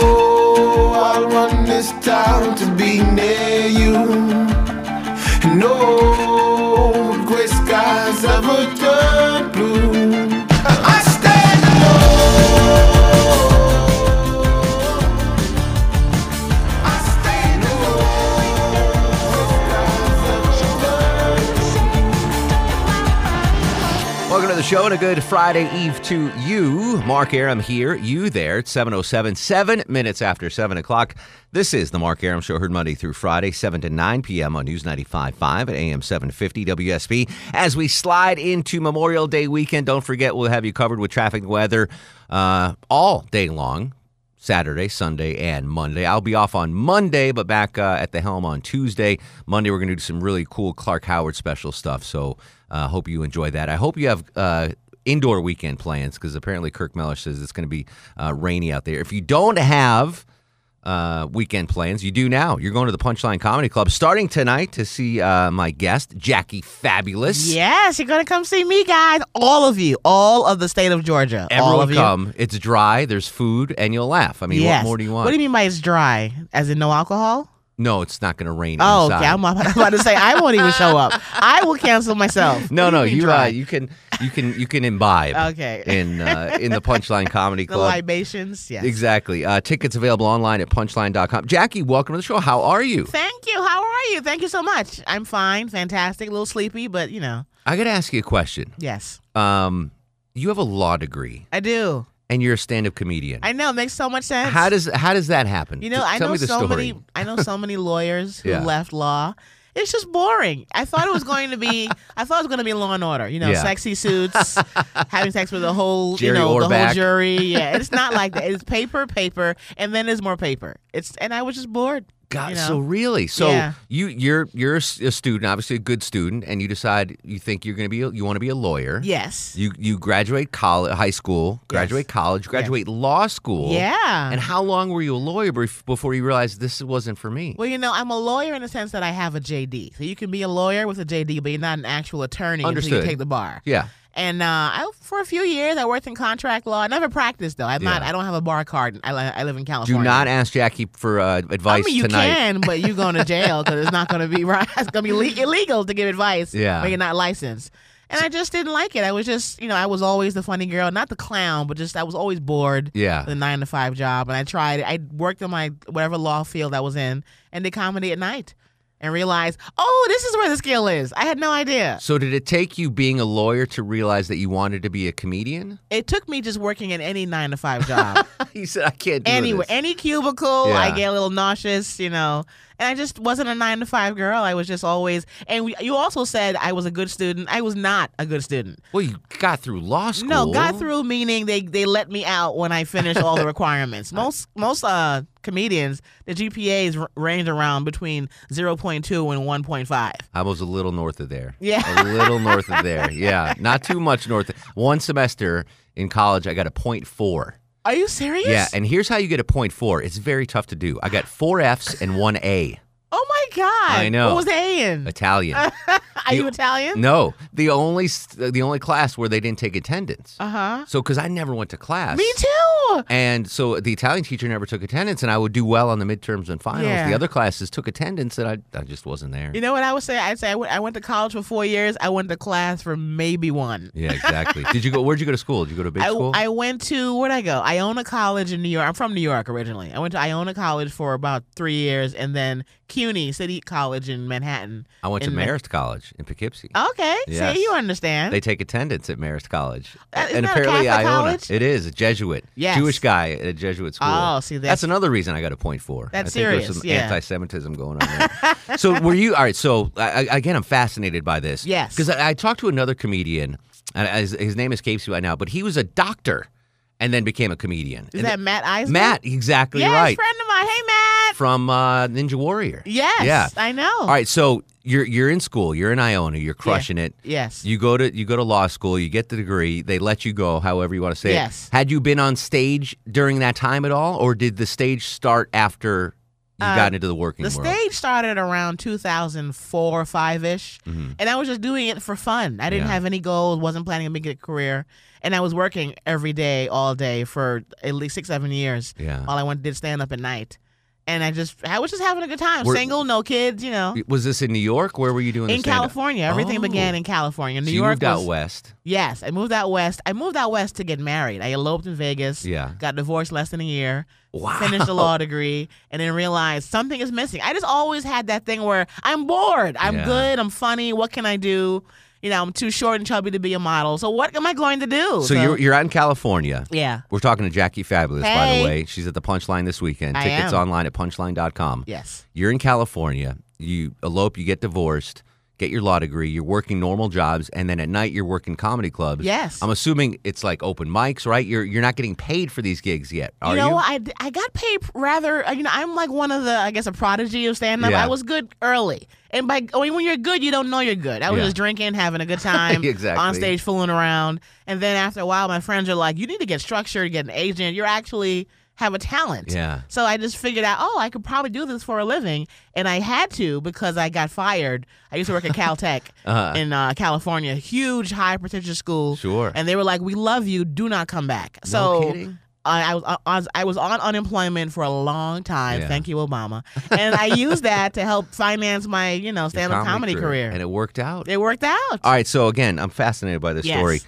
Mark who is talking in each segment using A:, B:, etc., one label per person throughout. A: No, I want this town to be near you. No, gray skies ever turn blue. And I stand alone. I stand
B: Welcome to the show and a good Friday Eve to you. Mark Aram here, you there. It's 707, seven minutes after 7 o'clock. This is the Mark Aram Show, heard Monday through Friday, 7 to 9 p.m. on News 95.5 at AM 750 WSB. As we slide into Memorial Day weekend, don't forget we'll have you covered with traffic and weather uh, all day long. Saturday, Sunday, and Monday. I'll be off on Monday, but back uh, at the helm on Tuesday. Monday, we're going to do some really cool Clark Howard special stuff. So uh, hope you enjoy that. I hope you have uh, indoor weekend plans because apparently Kirk Mellor says it's going to be uh, rainy out there. If you don't have uh, weekend plans. You do now. You're going to the Punchline Comedy Club starting tonight to see uh, my guest, Jackie Fabulous.
C: Yes, you're gonna come see me, guys. All of you, all of the state of Georgia, all
B: Everyone
C: of you.
B: come. It's dry. There's food, and you'll laugh. I mean,
C: yes.
B: what more do you want?
C: What do you mean by it's dry? As in no alcohol?
B: No, it's not going to rain.
C: Oh,
B: inside.
C: okay. I'm about I'm about to say I won't even show up. I will cancel myself.
B: No,
C: What do
B: no,
C: mean
B: you uh,
C: dry?
B: you can you can you can imbibe.
C: Okay.
B: In uh, in the Punchline Comedy
C: the
B: Club.
C: libations. Yes.
B: Exactly. Uh, tickets available online at punchline.com. Jackie, welcome to the show. How are you?
C: Thank you. How are you? Thank you so much. I'm fine, fantastic, a little sleepy, but you know,
B: I got to ask you a question.
C: yes,
B: Um, you have a law degree
C: I do.
B: and you're a stand-up comedian.
C: I know. It makes so much sense.
B: how does how does that happen?
C: You know,
B: T-
C: I
B: tell
C: know
B: me the
C: so
B: story.
C: many. I know so many lawyers who
B: Yeah.
C: left law. It's just boring. I thought it was going to be. I thought it was going to be Law and Order. You know,
B: Yeah.
C: sexy suits, having sex with the whole,
B: Jerry
C: you know, the
B: Orbach.
C: whole jury. Yeah, it's not like that. It's paper, paper, and then there's more paper. It's and I was just bored.
B: God,
C: you know?
B: so really, so
C: Yeah.
B: you you're you're a s- a student, obviously a good student, and you decide you think you're going to be a- you want to be a lawyer.
C: yes,
B: You you graduate college, high school, graduate college, graduate law school.
C: yeah.
B: And how long were you a lawyer bef- before you realized this wasn't for me?
C: well, you know, I'm a lawyer in the sense that I have a JD. So you can be a lawyer with a JD, but you're not an actual attorney until
B: Understood.
C: you take the bar.
B: yeah.
C: And uh, I, for a few years, I worked in contract law. I never practiced though. I'm not.
B: Yeah.
C: I don't have a bar card. I, li- I live in California.
B: Do not ask Jackie for uh,
C: I
B: advice
C: mean, you
B: tonight.
C: can, but you're going to jail because it's not going to be right. It's going to be le- illegal to give advice
B: Yeah.
C: when you're not licensed. And I just didn't like it. I was just, you know, I was always the funny girl, not the clown, but just I was always bored.
B: Yeah.
C: The nine to five job, and I tried. it. I worked in my whatever law field I was in, and did comedy at night, and realized, oh, this is where the skill is. I had no idea.
B: So did it take you being a lawyer to realize that you wanted to be a comedian?
C: It took me just working in any nine to five job.
B: he said, "I can't do
C: anywhere,
B: this."
C: any cubicle. I
B: Yeah.
C: get a little nauseous, you know. And I just wasn't a nine to five girl. I was just always. And we, you also said I was a good student. I was not a good student.
B: Well, you got through law school.
C: No, got through meaning they they let me out when I finished all the requirements. Most most uh comedians, the GPAs r- range around between zero point two and one point five.
B: I was a little north of there.
C: Yeah.
B: A little north of there. Yeah. Not too much north. One semester in college, I got a point four.
C: Are you serious?
B: Yeah. And here's how you get a point four. It's very tough to do. I got four F's and one A.
C: oh my god!
B: I know.
C: What was the A in?
B: Italian.
C: Are you Italian?
B: No, the only st- the only class where they didn't take attendance.
C: Uh huh.
B: So because I never went to class.
C: Me too.
B: And so the Italian teacher never took attendance, and I would do well on the midterms and finals.
C: Yeah.
B: The other classes took attendance, and I, I just wasn't there.
C: You know what I would say? I'd say I went, I went to college for four years. I went to class for maybe one.
B: Yeah, exactly. Did you go? Where'd you go to school? Did you go to big
C: I,
B: school?
C: I went to where'd I go? Iona College in New York. I'm from New York originally. I went to Iona College for about three years, and then CUNY City College in Manhattan.
B: I went to
C: in Ma-
B: Marist College in Poughkeepsie.
C: Okay,
B: Oh. Yes.
C: see, you understand.
B: They take attendance at Marist College,
C: Uh, isn't
B: and
C: that a
B: apparently
C: Catholic
B: Iona.
C: college?
B: It is a Jesuit,
C: Yes.
B: Jewish guy at a Jesuit school.
C: Oh, see, that's-
B: another reason I got a point four. I
C: That's
B: think there's
C: serious,
B: some
C: yeah.
B: anti-Semitism going on. there. so were you all right? So I, I, again, I'm fascinated by this.
C: Yes.
B: because I, I talked to another comedian, and I- his, his name escapes me right now, but he was a doctor, and then became a comedian.
C: Is
B: And
C: that Matt Eisman?
B: Matt? Exactly
C: yes,
B: right.
C: friend of mine. Hey, Matt.
B: From uh, Ninja Warrior.
C: Yes,
B: Yeah.
C: I know.
B: All right, so you're you're in school, you're in Iona, you're crushing it.
C: Yes.
B: You go to you go to law school, you get the degree, they let you go, however you want to say
C: Yes.
B: it. Had you been on stage during that time at all, or did the stage start after You got into the working
C: Uh, The
B: world.
C: stage started around 2004 or 5 ish,
B: Mm-hmm.
C: and I was just doing it for fun. I didn't
B: Yeah.
C: have any goals, wasn't planning a big career, and I was working every day, all day for at least six, seven years.
B: Yeah.
C: All I wanted did stand up at night, and I just I was just having a good time,
B: Were-
C: single, no kids, you know.
B: Was this in New York? Where were you doing? the
C: In
B: stand-up?
C: California, everything
B: Oh.
C: began in California. New
B: so you
C: York
B: moved out
C: was-
B: west.
C: Yes, I moved out west. I moved out west to get married. I eloped in Vegas.
B: Yeah.
C: Got divorced less than a year.
B: Wow.
C: Finished a law degree and then realized something is missing. I just always had that thing where I'm bored. I'm
B: Yeah.
C: good. I'm funny. What can I do? You know, I'm too short and chubby to be a model. So what am I going to do?
B: So you're you're out in California.
C: yeah.
B: We're talking to Jackie Fabulous, by the
C: Hey.
B: way. She's at the Punchline this weekend.
C: I
B: Tickets
C: am.
B: online at punchline.com.
C: Yes.
B: You're in California. You elope. You get divorced. Get your law degree. You're working normal jobs, and then at night you're working comedy clubs.
C: Yes.
B: I'm assuming it's like open mics, right? You're you're not getting paid for these gigs yet, are
C: you know, what? I, d- I got paid rather. uh, You know, I'm like one of the I guess a prodigy of stand up.
B: Yeah.
C: I was good early, and by I mean, when you're good, you don't know you're good. I was
B: Yeah.
C: just drinking, having a good time,
B: Exactly.
C: on stage fooling around, and then after a while, my friends are like, "You need to get structured, get an agent. You're actually have a talent."
B: Yeah.
C: So I just figured out, oh, I could probably do this for a living, and I had to because I got fired. I used to work at Caltech in uh, California, huge, high prestigious school.
B: Uh-huh. Sure.
C: And they were like, "We love you. Do not come back."
B: No
C: So
B: kidding.
C: I, I was on- on I was on unemployment for a long time.
B: Yeah.
C: Thank you, Obama. And I used that to help finance my you know
B: Your
C: stand up comedy career.
B: and it Uh, worked out.
C: it worked out.
B: All right, so again, I'm fascinated by this
C: Yes.
B: story.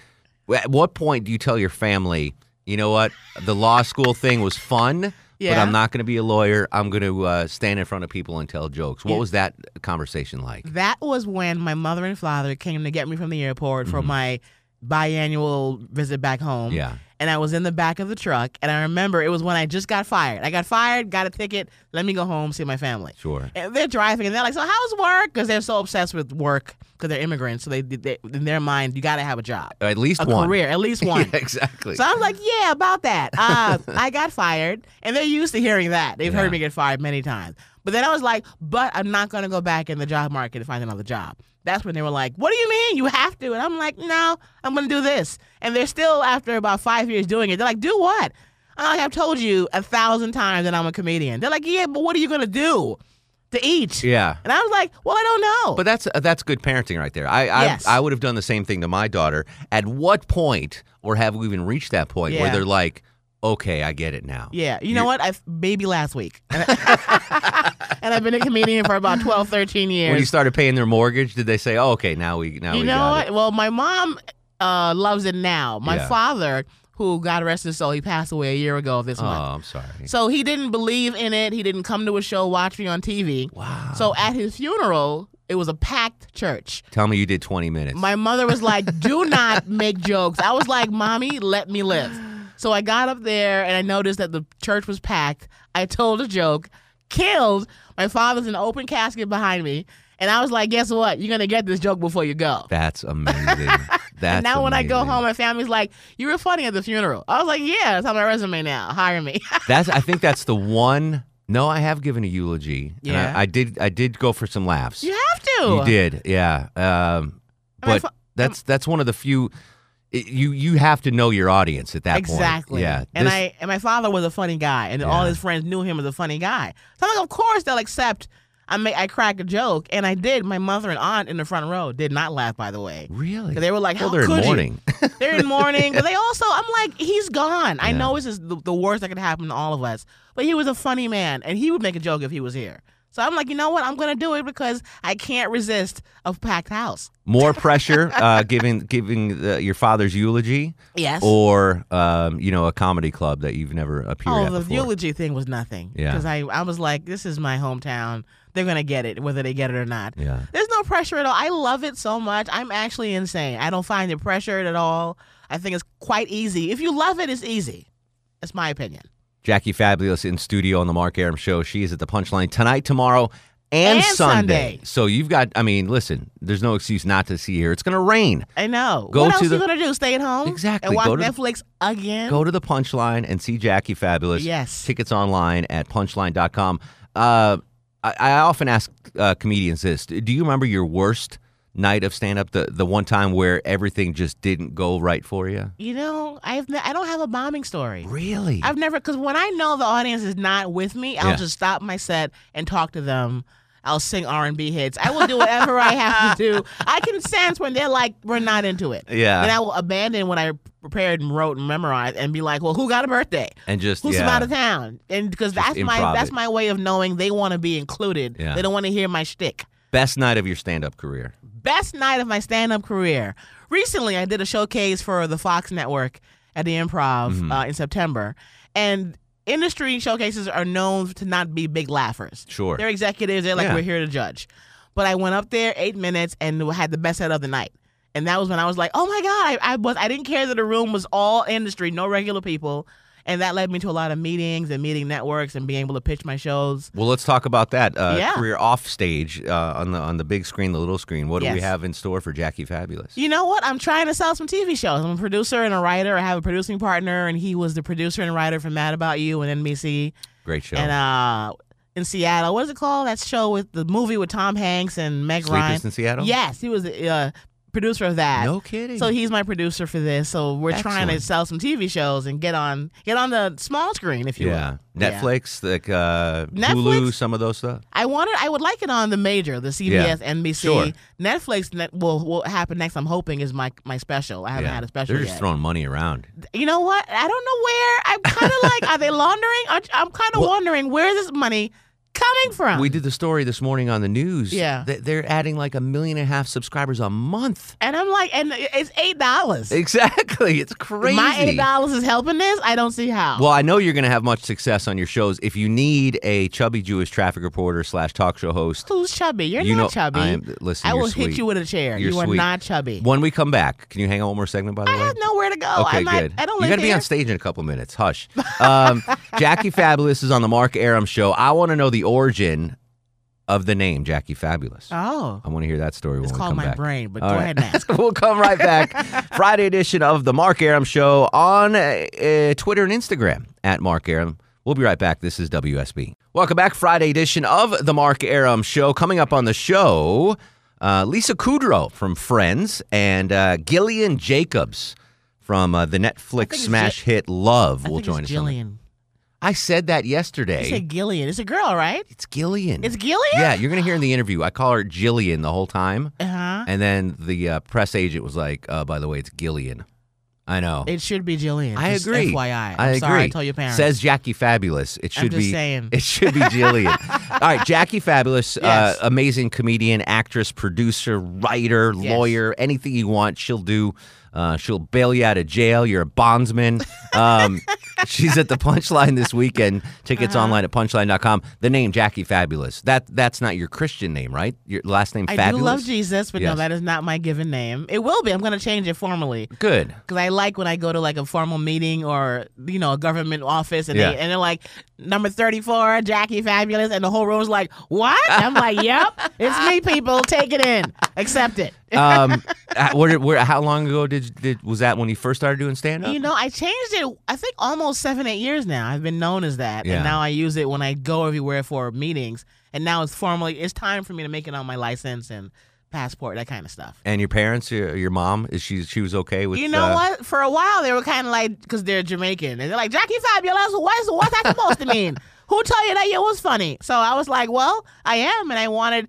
B: At what point do you tell your family, you know what, the law school thing was fun, but
C: Yeah.
B: I'm not going to be a lawyer. I'm going to uh, stand in front of people and tell jokes. What
C: Yeah.
B: was that conversation like?
C: That was when my mother and father came to get me from the airport for my biannual visit back home.
B: Mm-hmm. Yeah.
C: And I was in the back of the truck, and I remember it was when I just got fired. I got fired, got a ticket. Let me go home see my family.
B: Sure.
C: And they're driving, and they're like, "So how's work?" Because they're so obsessed with work because they're immigrants. So they, they in their mind, you got to have a job,
B: At least
C: a
B: one.
C: career, at least
B: Yeah,
C: one.
B: exactly.
C: So I was like, yeah, about that. Uh, I got fired. And they're used to hearing that. They've
B: Yeah.
C: heard me get fired many times. But then I was like, but I'm not going to go back in the job market and find another job. That's when they were like, what do you mean? You have to. And I'm like, no, I'm going to do this. And they're still, after about five years doing it, they're like, do what? I'm like, I've told you a thousand times that I'm a comedian. They're like, yeah, but what are you going to do to eat?
B: yeah.
C: And I was like, well, I don't know.
B: But that's uh, that's good parenting right there. I I,
C: Yes.
B: I would have done the same thing to my daughter. At what point, or have we even reached that point where
C: Yeah.
B: they're like, okay, I get it now?
C: Yeah, you know
B: You-
C: what? I baby last week, and I've been a comedian for about 12, 13 years.
B: When you started paying their mortgage, did they say, oh, okay, now we now
C: You
B: we
C: know
B: got
C: what?
B: it?
C: Well, my mom uh, loves it now. My
B: Yeah.
C: father, who God rest his soul, he passed away a year ago this
B: Oh,
C: month.
B: I'm sorry.
C: So he didn't believe in it. He didn't come to a show, watch me on TV.
B: Wow.
C: So at his funeral, it was a packed church.
B: Tell me you did 20 minutes.
C: My mother was like, "Do not make jokes." I was like, "Mommy, let me live." So I got up there and I noticed that the church was packed. I told a joke, killed. My father's in an open casket behind me, and I was like, "Guess what? You're gonna get this joke before you go."
B: That's amazing. That's
C: and now when I go
B: amazing.
C: home, my family's like, "You were funny at the funeral." I was like, "Yeah, that's on my resume now. Hire me."
B: that's I think that's the one. No, I have given a eulogy. and I-
C: Yeah.
B: I, did. I did go for some laughs.
C: you have to.
B: You did. Yeah. Um,
C: Am I
B: but
C: fu- am-
B: that's that's one of the few. it- you you have to know your audience at that point.
C: Exactly.
B: Yeah.
C: And
B: this-
C: I and my father was a funny guy, and all his friends knew him as a funny guy. So I'm like, of course they'll accept. I make I crack a joke, and I did. My mother and aunt in the front row did not laugh. By the way,
B: really.
C: 'Cause they were like,
B: well,
C: "How
B: they're in
C: could you?"
B: mourning.
C: They're in mourning, but they also, I'm like, he's gone. I
B: Yeah.
C: know this is the, the worst that could happen to all of us, but he was a funny man, and he would make a joke if he was here. So I'm like, you know what? I'm gonna do it because I can't resist a packed house.
B: More pressure uh, giving giving the, your father's eulogy,
C: Yes.
B: or um, you know a comedy club that you've never appeared
C: Oh,
B: at
C: the
B: before.
C: eulogy thing was nothing.
B: Yeah.
C: Because I, I was like, this is my hometown. They're going to get it, whether they get it or not.
B: Yeah.
C: There's no pressure at all. I love it so much. I'm actually insane. I don't find it pressured at all. I think it's quite easy. If you love it, it's easy. That's my opinion.
B: Jackie Fabulous in studio on the Mark Aram Show. She is at the Punchline tonight, tomorrow, and,
C: And Sunday.
B: So you've got, I mean, listen, there's no excuse not to see her. It's going to rain.
C: I know.
B: Go
C: what
B: to
C: else
B: the-
C: you going to do? Stay at home?
B: Exactly.
C: And watch
B: Go to the-
C: Netflix again?
B: Go to the Punchline and see Jackie Fabulous.
C: Yes.
B: Tickets online at punchline.com. Uh, I, I often ask uh, comedians this Do you remember your worst night of stand up? The the one time where everything just didn't go right for you?
C: You know, I've ne- I don't have a bombing story.
B: Really?
C: I've never because when I know the audience is not with me, I'll
B: Yeah.
C: just stop my set and talk to them. I'll sing R and B hits. I will do whatever I have to do. I can sense when they're like, we're not into it.
B: Yeah.
C: And I will abandon what I prepared and wrote and memorized and be like, well, who got a birthday?
B: and just
C: Who's
B: yeah.
C: from out of town? And because
B: Just
C: that's my
B: improv
C: that's
B: it.
C: my way of knowing they want to be included.
B: Yeah.
C: They don't want to hear my shtick.
B: best night of your stand up career.
C: Best night of my stand up career. Recently, I did a showcase for the Fox Network at the Improv
B: Mm-hmm.
C: uh, in September, and industry showcases are known to not be big laughers.
B: Sure.
C: They're executives. They're like,
B: Yeah.
C: we're here to judge. But I went up there eight minutes and had the best set of the night. And that was when I was like, oh my God, I, I was I didn't care that the room was all industry, no regular people. And that led me to a lot of meetings and meeting networks and being able to pitch my shows.
B: Well, let's talk about that uh,
C: Yeah.
B: career off stage uh, on the on the big screen, the little screen. What do we
C: Yes.
B: have in store for Jackie Fabulous?
C: You know what? I'm trying to sell some TV shows. I'm a producer and a writer. I have a producing partner, and he was the producer and writer for Mad About You and NBC.
B: Great show.
C: And uh, in Seattle, what is it called? That show with the movie with Tom Hanks and Meg
B: Sleepers
C: Ryan.
B: in Seattle.
C: Yes, he was the uh, producer of that.
B: No kidding.
C: So he's my producer for this. So we're trying to
B: Excellent.
C: sell some TV shows and get on get on the small screen, if you will.
B: yeah. Netflix, like uh,
C: Netflix?
B: Hulu, some of those stuff.
C: I wanted, I would like it on the major, the
B: Yeah,
C: CBS, NBC,
B: sure.
C: Netflix. Net, will will happen next. I'm hoping is my my special. I haven't
B: yeah.
C: had a special
B: They're just
C: yet.
B: throwing money around.
C: you know what? I don't know where. I'm kind of like, are they laundering? I- I'm kind of
B: Well-
C: wondering where is this money coming from?
B: We did the story this morning on the news.
C: Yeah.
B: Th- They're adding like a million and a half subscribers a month.
C: and I'm like, and it's eight dollars.
B: Exactly. It's crazy.
C: My eight dollars is helping this. I don't see how.
B: Well, I know you're going to have much success on your shows. If you need a chubby Jewish traffic reporter slash talk show host,
C: Who's chubby? You're
B: you
C: not
B: know,
C: chubby.
B: I am, listen,
C: I
B: you're
C: will
B: sweet.
C: hit you with a chair.
B: You're
C: you are
B: sweet.
C: not chubby.
B: When we come back, can you hang on one more segment, by the
C: I
B: way?
C: have nowhere to go.
B: Okay,
C: I'm not,
B: good.
C: I don't
B: you
C: live
B: gotta be
C: here.
B: on stage in a couple minutes. Hush. Um, Jackie Fabulous is on the Mark Aram show. I want to know the origin of the name Jackie Fabulous.
C: oh,
B: I want to hear that story
C: it's
B: when we come
C: called my
B: back.
C: brain. But
B: All
C: go
B: right.
C: ahead and ask.
B: we'll come right back. Friday edition of the Mark Aram Show on uh, uh, Twitter and Instagram at Mark Aram. We'll be right back. This is WSB. Welcome back. Friday edition of the Mark Aram Show. Coming up on the show, uh, Lisa Kudrow from Friends and uh, Gillian Jacobs from uh, the Netflix
C: it's
B: smash hit Love
C: I
B: will
C: think
B: join
C: it's
B: us. on the-
C: Jillian.
B: I said that yesterday.
C: You said Gillian. It's a girl, right?
B: it's Gillian.
C: It's Gillian.
B: yeah, you're going to hear in the interview. I call her Jillian the whole time.
C: Uh huh.
B: And then the uh, press agent was like, uh, by the way, it's Gillian. I know.
C: It should be Jillian.
B: I
C: just
B: agree.
C: FYI. I'm
B: I agree.
C: sorry. I told your parents.
B: Says Jackie Fabulous. It
C: I'm
B: should
C: just
B: be.
C: saying.
B: It should be Jillian. All right, Jackie Fabulous,
C: Yes.
B: uh, amazing comedian, actress, producer, writer,
C: Yes.
B: lawyer, anything you want, she'll do. Uh, she'll bail you out of jail. You're a bondsman. Um, she's at the Punchline this weekend. Tickets
C: Uh-huh.
B: online at punchline.com. The name Jackie Fabulous. That that's not your Christian name, right? Your last name
C: I
B: Fabulous.
C: do love Jesus, but
B: Yes.
C: no, that is not my given name. It will be. I'm going to change it formally
B: Good.
C: because I like when I go to like a formal meeting or you know a government office and
B: Yeah.
C: they and they're like number 34, Jackie Fabulous, and the whole room's like, what? I'm like, yep, it's me, people. Take it in, accept it.
B: um, uh, where, where, how long ago did, did was that when you first started doing stand up?
C: You know, I changed it. I think almost seven, eight years now. I've been known as that,
B: Yeah.
C: and now I use it when I go everywhere for meetings. And now it's formally. It's time for me to make it on my license and passport, that kind of stuff.
B: and your parents, your, your mom, is she she was okay with?
C: You know
B: uh,
C: what? For a while, they were kind of like, because they're Jamaican, and they're like, Jackie Fabulous, what's what's that supposed to mean? Who told you that you was funny? So I was like, well, I am, and I wanted.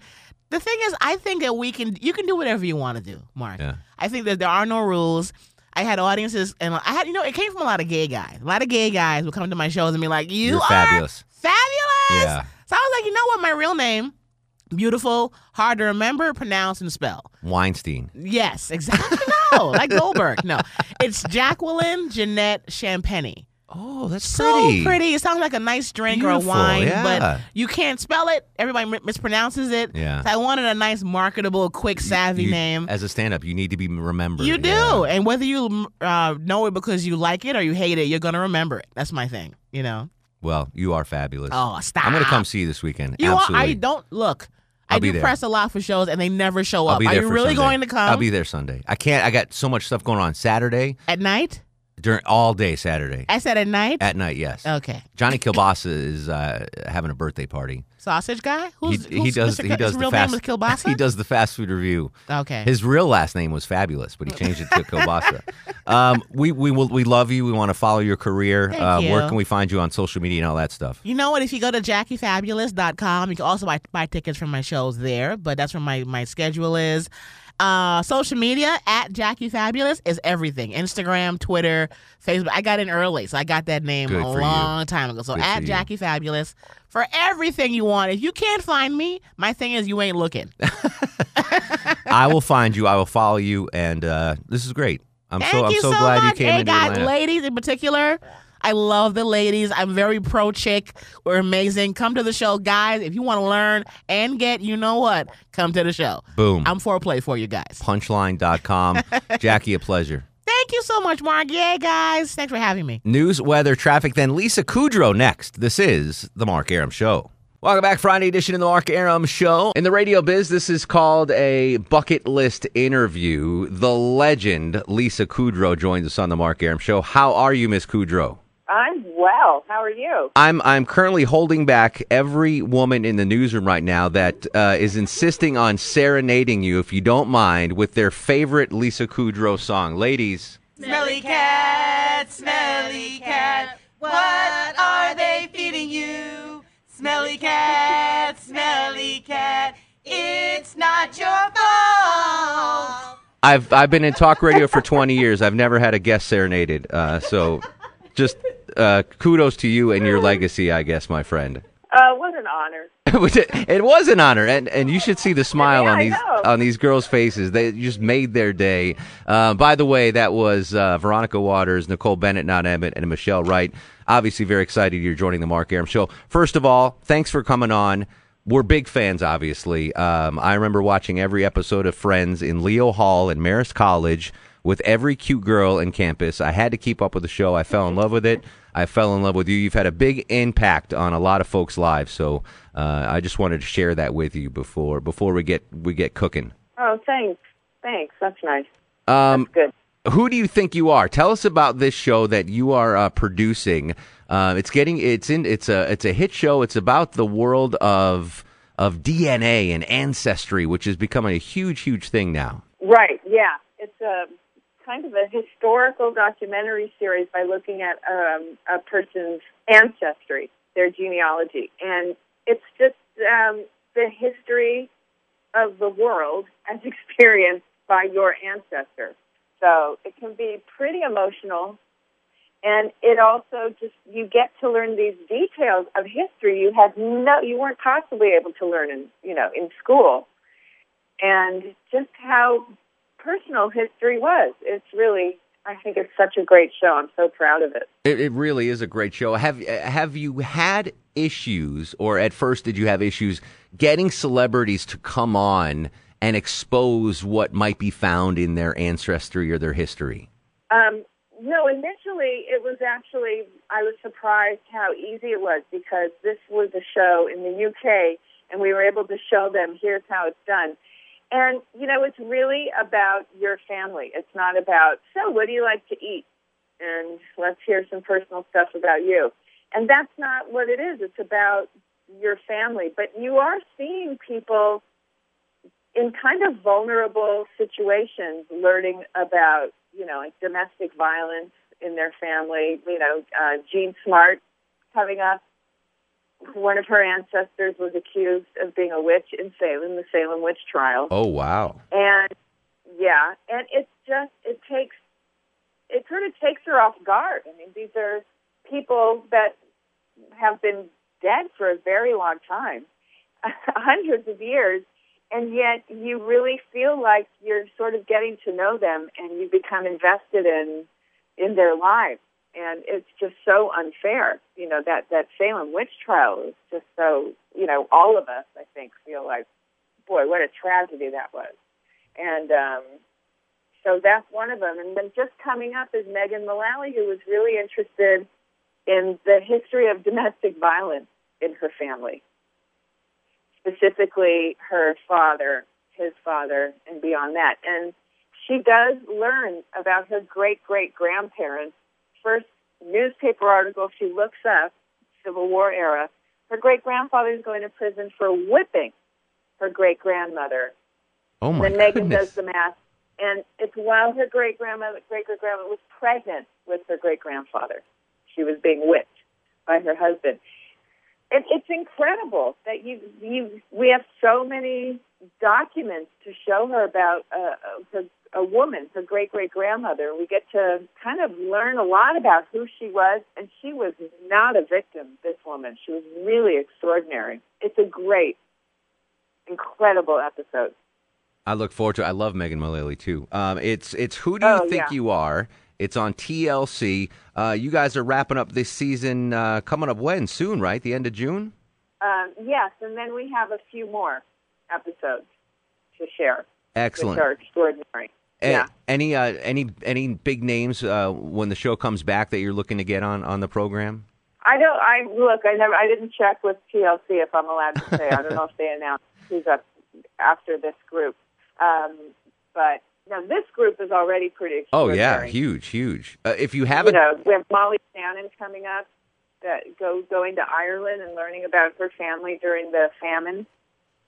C: The thing is, I think that we can, you can do whatever you want to do, Mark.
B: Yeah.
C: I think that there are no rules. I had audiences, and I had, you know, it came from a lot of gay guys. A lot of gay guys would come to my shows and be like, you
B: You're
C: are
B: fabulous.
C: fabulous.
B: Yeah.
C: So I was like, you know what? My real name, beautiful, hard to remember, pronounce, and spell.
B: Weinstein.
C: Yes, exactly. No, like Goldberg. No, it's Jacqueline Jeanette Champeny.
B: Oh, that's
C: So
B: pretty.
C: pretty. It sounds like a nice drink or a
B: Beautiful,
C: wine,
B: yeah.
C: but you can't spell it. Everybody mi- mispronounces it.
B: Yeah.
C: So I wanted a nice, marketable, quick, savvy
B: You-
C: name.
B: As a stand up, you need to be remembered.
C: You do,
B: yeah.
C: and whether you mm, uh, know it because you like it or you hate it, you're gonna remember it. That's my thing. You know.
B: Well, you are fabulous.
C: Oh, stop.
B: I'm gonna come see you this weekend.
C: You are.
B: Absolutely.
C: I don't look.
B: I'll
C: I
B: be
C: do
B: there.
C: press a lot for shows, and they never show
B: I'll
C: up.
B: be there
C: Are you
B: for
C: really
B: Sunday.
C: going to come
B: I'll be there Sunday. I can't. I got so much stuff going on Saturday.
C: at night?
B: during all day Saturday
C: I said at night.
B: at night. Yes,
C: okay.
B: Johnny Kilbasa is uh, having a birthday party.
C: Sausage guy.
B: He,
C: Who's,
B: he
C: who's
B: does
C: Mr.
B: he
C: Ki-
B: does
C: His
B: the
C: real
B: fast
C: name is Kilbasa.
B: he does the fast food review.
C: Okay.
B: His real last name was Fabulous, but he changed it to Kilbasa. um, we we will we love you. We want to follow your career.
C: Thank
B: uh, Where
C: you.
B: can we find you on social media and all that stuff?
C: You know what? If you go to JackieFabulous.com, you can also buy, buy tickets for my shows there, but that's where my, my schedule is. Uh, social media at Jackie Fabulous is everything Instagram, Twitter, Facebook. I got in early, so I got that name
B: Good
C: a
B: for you.
C: long time ago. So
B: Good for
C: at
B: you.
C: Jackie Fabulous for everything you want. If you can't find me, my thing is you ain't looking.
B: I will find you. I will follow you, and uh, this is great. I'm
C: Thank
B: so I'm
C: you
B: so, glad
C: much.
B: you came
C: hey,
B: into
C: guys,
B: Atlanta.
C: ladies in particular. I love the ladies. I'm very pro chick. We're amazing. Come to the show, guys. If you want to learn and get, you know what, come to the show.
B: Boom.
C: I'm foreplay for you guys.
B: Punchline.com. Jackie, a pleasure.
C: Thank you so much, Mark. Yeah, guys. Thanks for having me.
B: News, weather, traffic, then Lisa Kudrow next. This is The Mark Aram Show. Welcome back, Friday edition of The Mark Aram Show. In the radio biz, this is called a bucket list interview. The legend, Lisa Kudrow, joins us on The Mark Aram Show. How are you, Miss Kudrow?
D: I'm well. How are you?
B: I'm I'm currently holding back every woman in the newsroom right now that uh, is insisting on serenading you, if you don't mind, with their favorite Lisa Kudrow song. Ladies,
E: Smelly cat, smelly cat, what are they feeding you? Smelly cat, smelly cat, it's not your fault.
B: I've I've been in talk radio for 20 years. I've never had a guest serenaded. Uh, so, just uh, kudos to you and your legacy, I guess, my friend.
D: Uh, what an honor.
B: it was an honor, and, and you should see the smile
D: Yeah,
B: on
D: I
B: these
D: know.
B: on these girls' faces. They just made their day. Uh, by the way, that was uh, Veronica Waters, Nicole Bennett, not Emmett, and Michelle Wright. Obviously, very excited you're joining the Mark Aram Show. First of all, thanks for coming on. We're big fans, obviously. Um, I remember watching every episode of Friends in Leo Hall in Marist College with every cute girl in campus. I had to keep up with the show. I fell in love with it. I fell in love with you. You've had a big impact on a lot of folks' lives. So uh, I just wanted to share that with you before before we get we get cooking.
D: Oh, thanks. Thanks. That's nice.
B: Um,
D: Good.
B: who do you think you are? Tell us about this show that you are uh, producing. Uh, it's getting it's in it's a it's a hit show. It's about the world of of DNA and ancestry, which is becoming a huge huge thing now.
D: Right. Yeah. It's a kind of a historical documentary series by looking at um, a person's ancestry, their genealogy, and it's just um, the history of the world as experienced by your ancestor. So it can be pretty emotional. And it also just you get to learn these details of history you had no you weren't possibly able to learn in you know in school and just how personal history was. It's really, I think it's such a great show. I'm so proud of it.
B: It, it really is a great show. Have have you had issues, or at first did you have issues getting celebrities to come on and expose what might be found in their ancestry or their history?
D: Um, no, initially it was actually, I was surprised how easy it was because this was a show in the UK and we were able to show them here's how it's done. And, you know, it's really about your family. It's not about, so what do you like to eat? And let's hear some personal stuff about you. And that's not what it is. It's about your family. But you are seeing people in kind of vulnerable situations, learning about you know like domestic violence in their family. You know, uh, Jean Smart coming up, one of her ancestors was accused of being a witch in Salem, the Salem witch trial,
B: Oh wow!
D: and yeah, and it's just it takes it sort of takes her off guard. I mean, these are people that have been dead for a very long time, hundreds of years, and yet you really feel like you're sort of getting to know them and you become invested in in their lives. And it's just so unfair, you know that that Salem witch trial is just so you know all of us I think feel like, boy, what a tragedy that was, and um, so that's one of them. And then just coming up is Megan Mullally, who was really interested in the history of domestic violence in her family, specifically her father, his father, and beyond that. And she does learn about her great great grandparents first newspaper article, if she looks up Civil War era, her great grandfather is going to prison for whipping her great grandmother.
B: Oh my
D: Then Megan
B: goodness.
D: does the math, and it's while her great grandmother, great great grandma was pregnant with her great grandfather, she was being whipped by her husband. It, it's incredible that you you we have so many documents to show her about uh, uh, her, a woman, her great great grandmother. We get to kind of learn a lot about who she was, and she was not a victim. This woman, she was really extraordinary. It's a great, incredible episode.
B: I look forward to. I love Megan Mullally too. Um, it's it's who do you
D: Oh,
B: think
D: yeah.
B: you are? It's on TLC. Uh, you guys are wrapping up this season. Uh, coming up when soon, right? The end of June.
D: Um, yes, and then we have a few more episodes to share,
B: Excellent.
D: which are extraordinary.
B: A-
D: yeah.
B: Any uh, any any big names uh, when the show comes back that you're looking to get on on the program?
D: I don't. I look. I never. I didn't check with TLC if I'm allowed to say. I don't know if they announced who's up after this group, um, but now this group is already pretty.
B: Oh yeah,
D: extraordinary.
B: huge, huge. Uh, if you
D: you
B: haven't,
D: know, we have Molly Shannon coming up that go going to Ireland and learning about her family during the famine.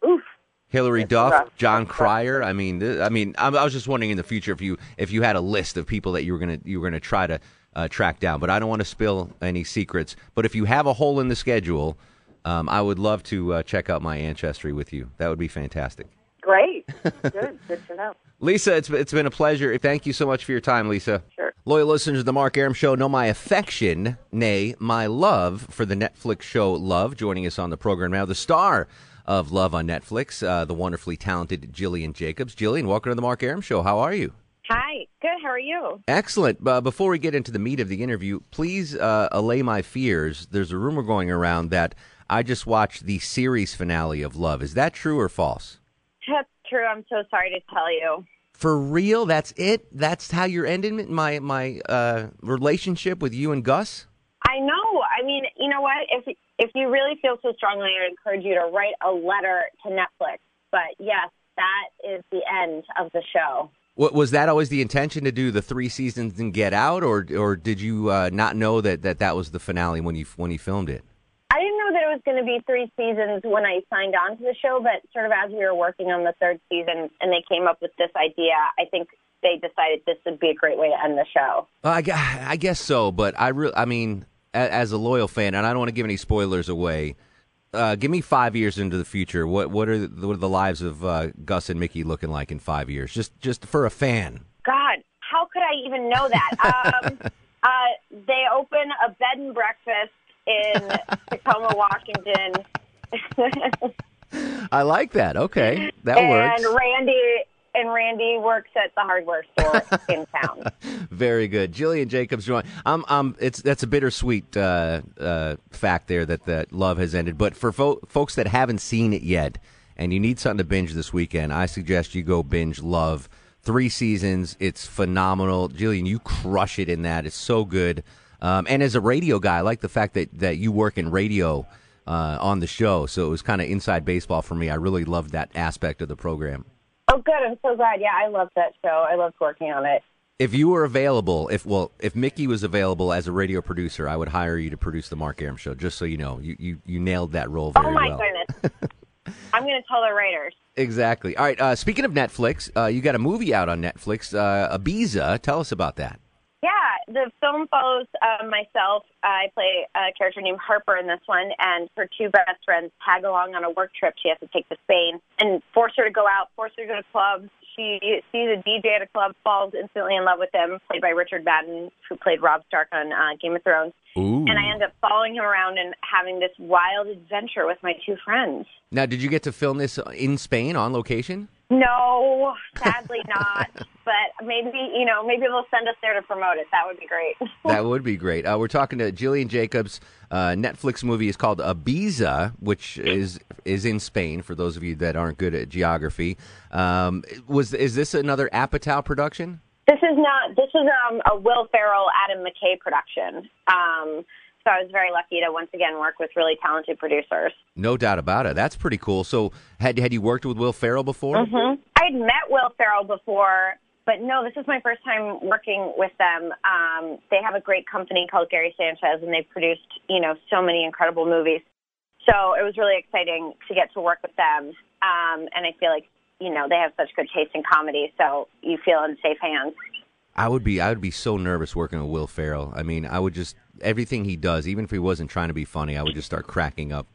D: Oof.
B: Hillary
D: It's
B: Duff,
D: rough.
B: John
D: It's rough.
B: Cryer. I mean, th- I mean, I, I was just wondering in the future if you if you had a list of people that you were gonna you were gonna try to uh, track down. But I don't want to spill any secrets. But if you have a hole in the schedule, um, I would love to uh, check out my ancestry with you. That would be fantastic.
D: Great. Good. Good to know.
B: Lisa, it's it's been a pleasure. Thank you so much for your time, Lisa.
D: Sure.
B: Loyal listeners of the Mark Aram Show know my affection, nay, my love for the Netflix show Love. Joining us on the program now, the star of Love on Netflix, uh, the wonderfully talented Jillian Jacobs. Jillian, welcome to the Mark Aram Show. How are you?
F: Hi, good. How are you?
B: Excellent. Uh, before we get into the meat of the interview, please uh, allay my fears. There's a rumor going around that I just watched the series finale of Love. Is that true or false?
F: That's true. I'm so sorry to tell you.
B: For real? That's it? That's how you're ending it? my my uh, relationship with you and Gus?
F: I know. I mean, you know what? If if you really feel so strongly, I encourage you to write a letter to Netflix. But yes, that is the end of the show.
B: Wa- was that always the intention to do the three seasons and get out, or or did you uh, not know that, that that was the finale when you when you filmed it?
F: I didn't know that it was going to be three seasons when I signed on to the show, but sort of as we were working on the third season and they came up with this idea, I think they decided this would be a great way to end the show.
B: Uh, I, gu- I guess so, but I re- I mean, a- as a loyal fan, and I don't want to give any spoilers away. Uh, give me five years into the future. What what are the, what are the lives of uh, Gus and Mickey looking like in five years? Just just for a fan.
F: God, how could I even know that? Um, uh, they open a bed and breakfast in Tacoma, Washington,
B: I like that. Okay, that
F: and
B: works.
F: Randy and Randy works at the hardware store in town.
B: Very good, Jillian Jacobs. Join. Um, um, it's that's a bittersweet uh, uh, fact there that that love has ended. But for fo- folks that haven't seen it yet, and you need something to binge this weekend, I suggest you go binge Love. Three seasons. It's phenomenal, Jillian. You crush it in that. It's so good. Um, and as a radio guy, I like the fact that that you work in radio uh, on the show, so it was kind of inside baseball for me. I really loved that aspect of the program.
F: Oh, good. I'm so glad. Yeah, I loved that show. I loved working on it.
B: If you were available, if well, if Mickey was available as a radio producer, I would hire you to produce the Mark Aram show. Just so you know, you you, you nailed that role very
F: Oh my
B: well.
F: goodness. I'm going to tell the writers.
B: Exactly. All right. Uh, speaking of Netflix, uh, you got a movie out on Netflix, uh, Ibiza. Tell us about that.
F: Yeah, the film follows uh, myself. I play a character named Harper in this one, and her two best friends tag along on a work trip she has to take to Spain and force her to go out, force her to go to clubs. She sees a DJ at a club, falls instantly in love with him, played by Richard Madden, who played Rob Stark on uh, Game of Thrones.
B: Ooh.
F: And I end up following him around and having this wild adventure with my two friends.
B: Now, did you get to film this in Spain on location?
F: No, sadly not. But maybe, you know, maybe they'll send us there to promote it. That would be great.
B: that would be great. Uh, we're talking to Jillian Jacobs. Uh, Netflix movie is called Ibiza, which is is in Spain. For those of you that aren't good at geography, um, was is this another Apatow production?
F: This is not. This is um, a Will Ferrell, Adam McKay production. Um, so I was very lucky to once again work with really talented producers.
B: No doubt about it. That's
D: Mm-hmm.
B: pretty cool. So, had had you worked with Will Ferrell before?
F: I had met Will Ferrell before
D: But no, this is my first time working with them. Um, they have a great company called Gary Sanchez, and they produced, you know, so many incredible movies. So it was really exciting to get to work with them. Um, and I feel like, you know, they have such good taste in comedy, so you feel in safe hands.
B: I would be I would be so nervous working with Will Ferrell. I mean, I would just everything he does, even if he wasn't trying to be funny, I would just start cracking up.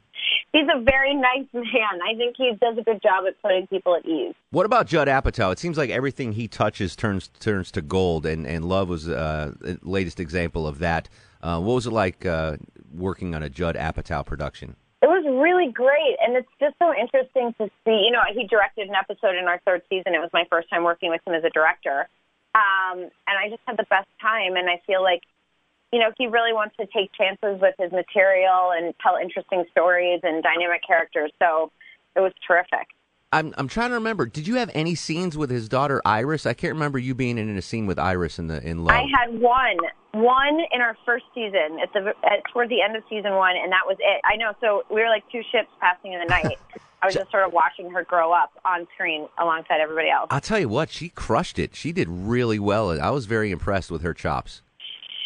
D: He's a very nice man. I think he does a good job at putting people at ease.
B: What about Judd Apatow? It seems like everything he touches turns turns to gold, and and Love was uh, the latest example of that. Uh, what was it like uh, working on a Judd Apatow production?
D: It was really great, and it's just so interesting to see. You know, he directed an episode in our third season. It was my first time working with him as a director, um, and I just had the best time. And I feel like, you know, he really wants to take chances with his material and tell interesting stories and dynamic characters. So it was terrific.
B: I'm I'm trying to remember. Did you have any scenes with his daughter Iris? I can't remember you being in a scene with Iris in the in Love.
D: I had one, one in our first season at the at, toward the end of season one, and that was it. I know. So we were like two ships passing in the night. I was just sort of watching her grow up on screen alongside everybody else.
B: I'll tell you what, she crushed it. She did really well. I was very impressed with her chops.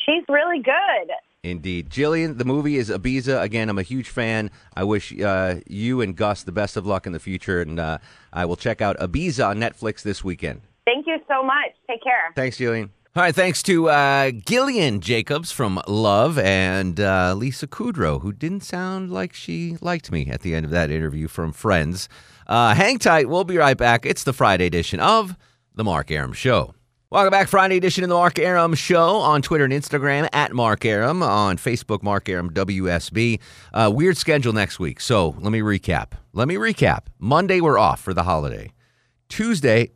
D: She's really good.
B: Indeed. Jillian, the movie is Ibiza. Again, I'm a huge fan. I wish uh, you and Gus the best of luck in the future, and uh, I will check out Ibiza on Netflix this weekend.
D: Thank you so much. Take care.
B: Thanks, Jillian. All right, thanks to uh, Gillian Jacobs from Love and uh, Lisa Kudrow, who didn't sound like she liked me at the end of that interview from Friends. Uh, hang tight. We'll be right back. It's the Friday edition of The Mark Aram Show. Welcome back, Friday edition of the Mark Aram Show on Twitter and Instagram at Mark Aram on Facebook Mark Aram WSB. Uh, weird schedule next week, so let me recap. Let me recap. Monday we're off for the holiday. Tuesday,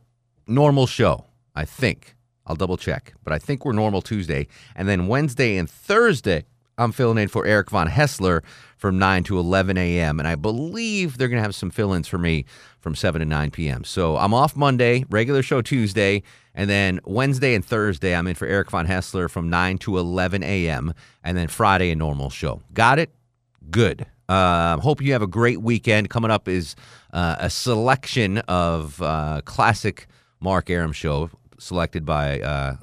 B: normal show. I think I'll double check, but I think we're normal Tuesday, and then Wednesday and Thursday I'm filling in for Eric Von Hessler from 9 to 11 a.m. And I believe they're going to have some fill ins for me from 7 to 9 p.m. So I'm off Monday, regular show Tuesday, and then Wednesday and Thursday, I'm in for Eric Von Hessler from 9 to 11 a.m. And then Friday, a normal show. Got it? Good. Uh, hope you have a great weekend. Coming up is uh, a selection of uh, classic Mark Aram show selected by uh,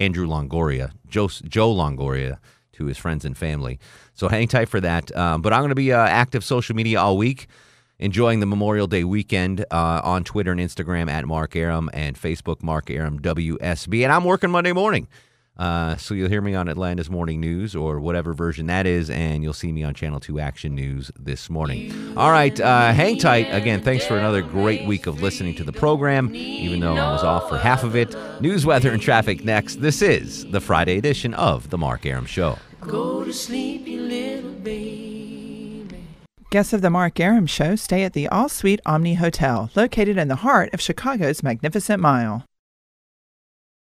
B: Andrew Longoria, Joe, Joe Longoria to his friends and family. So hang tight for that. Um, but I'm going to be uh, active social media all week, enjoying the Memorial Day weekend uh, on Twitter and Instagram at Mark Aram and Facebook Mark Aram WSB. And I'm working Monday morning. Uh, so you'll hear me on Atlanta's Morning News or whatever version that is, and you'll see me on Channel 2 Action News this morning. All right, uh, hang tight. Again, thanks for another great week of listening to the program, even though I was off for half of it. News, weather, and traffic next. This is the Friday edition of The Mark Aram Show.
G: Go to sleep, you little baby.
H: Guests of the Mark Aram Show stay at the All Suite Omni Hotel, located in the heart of Chicago's Magnificent Mile.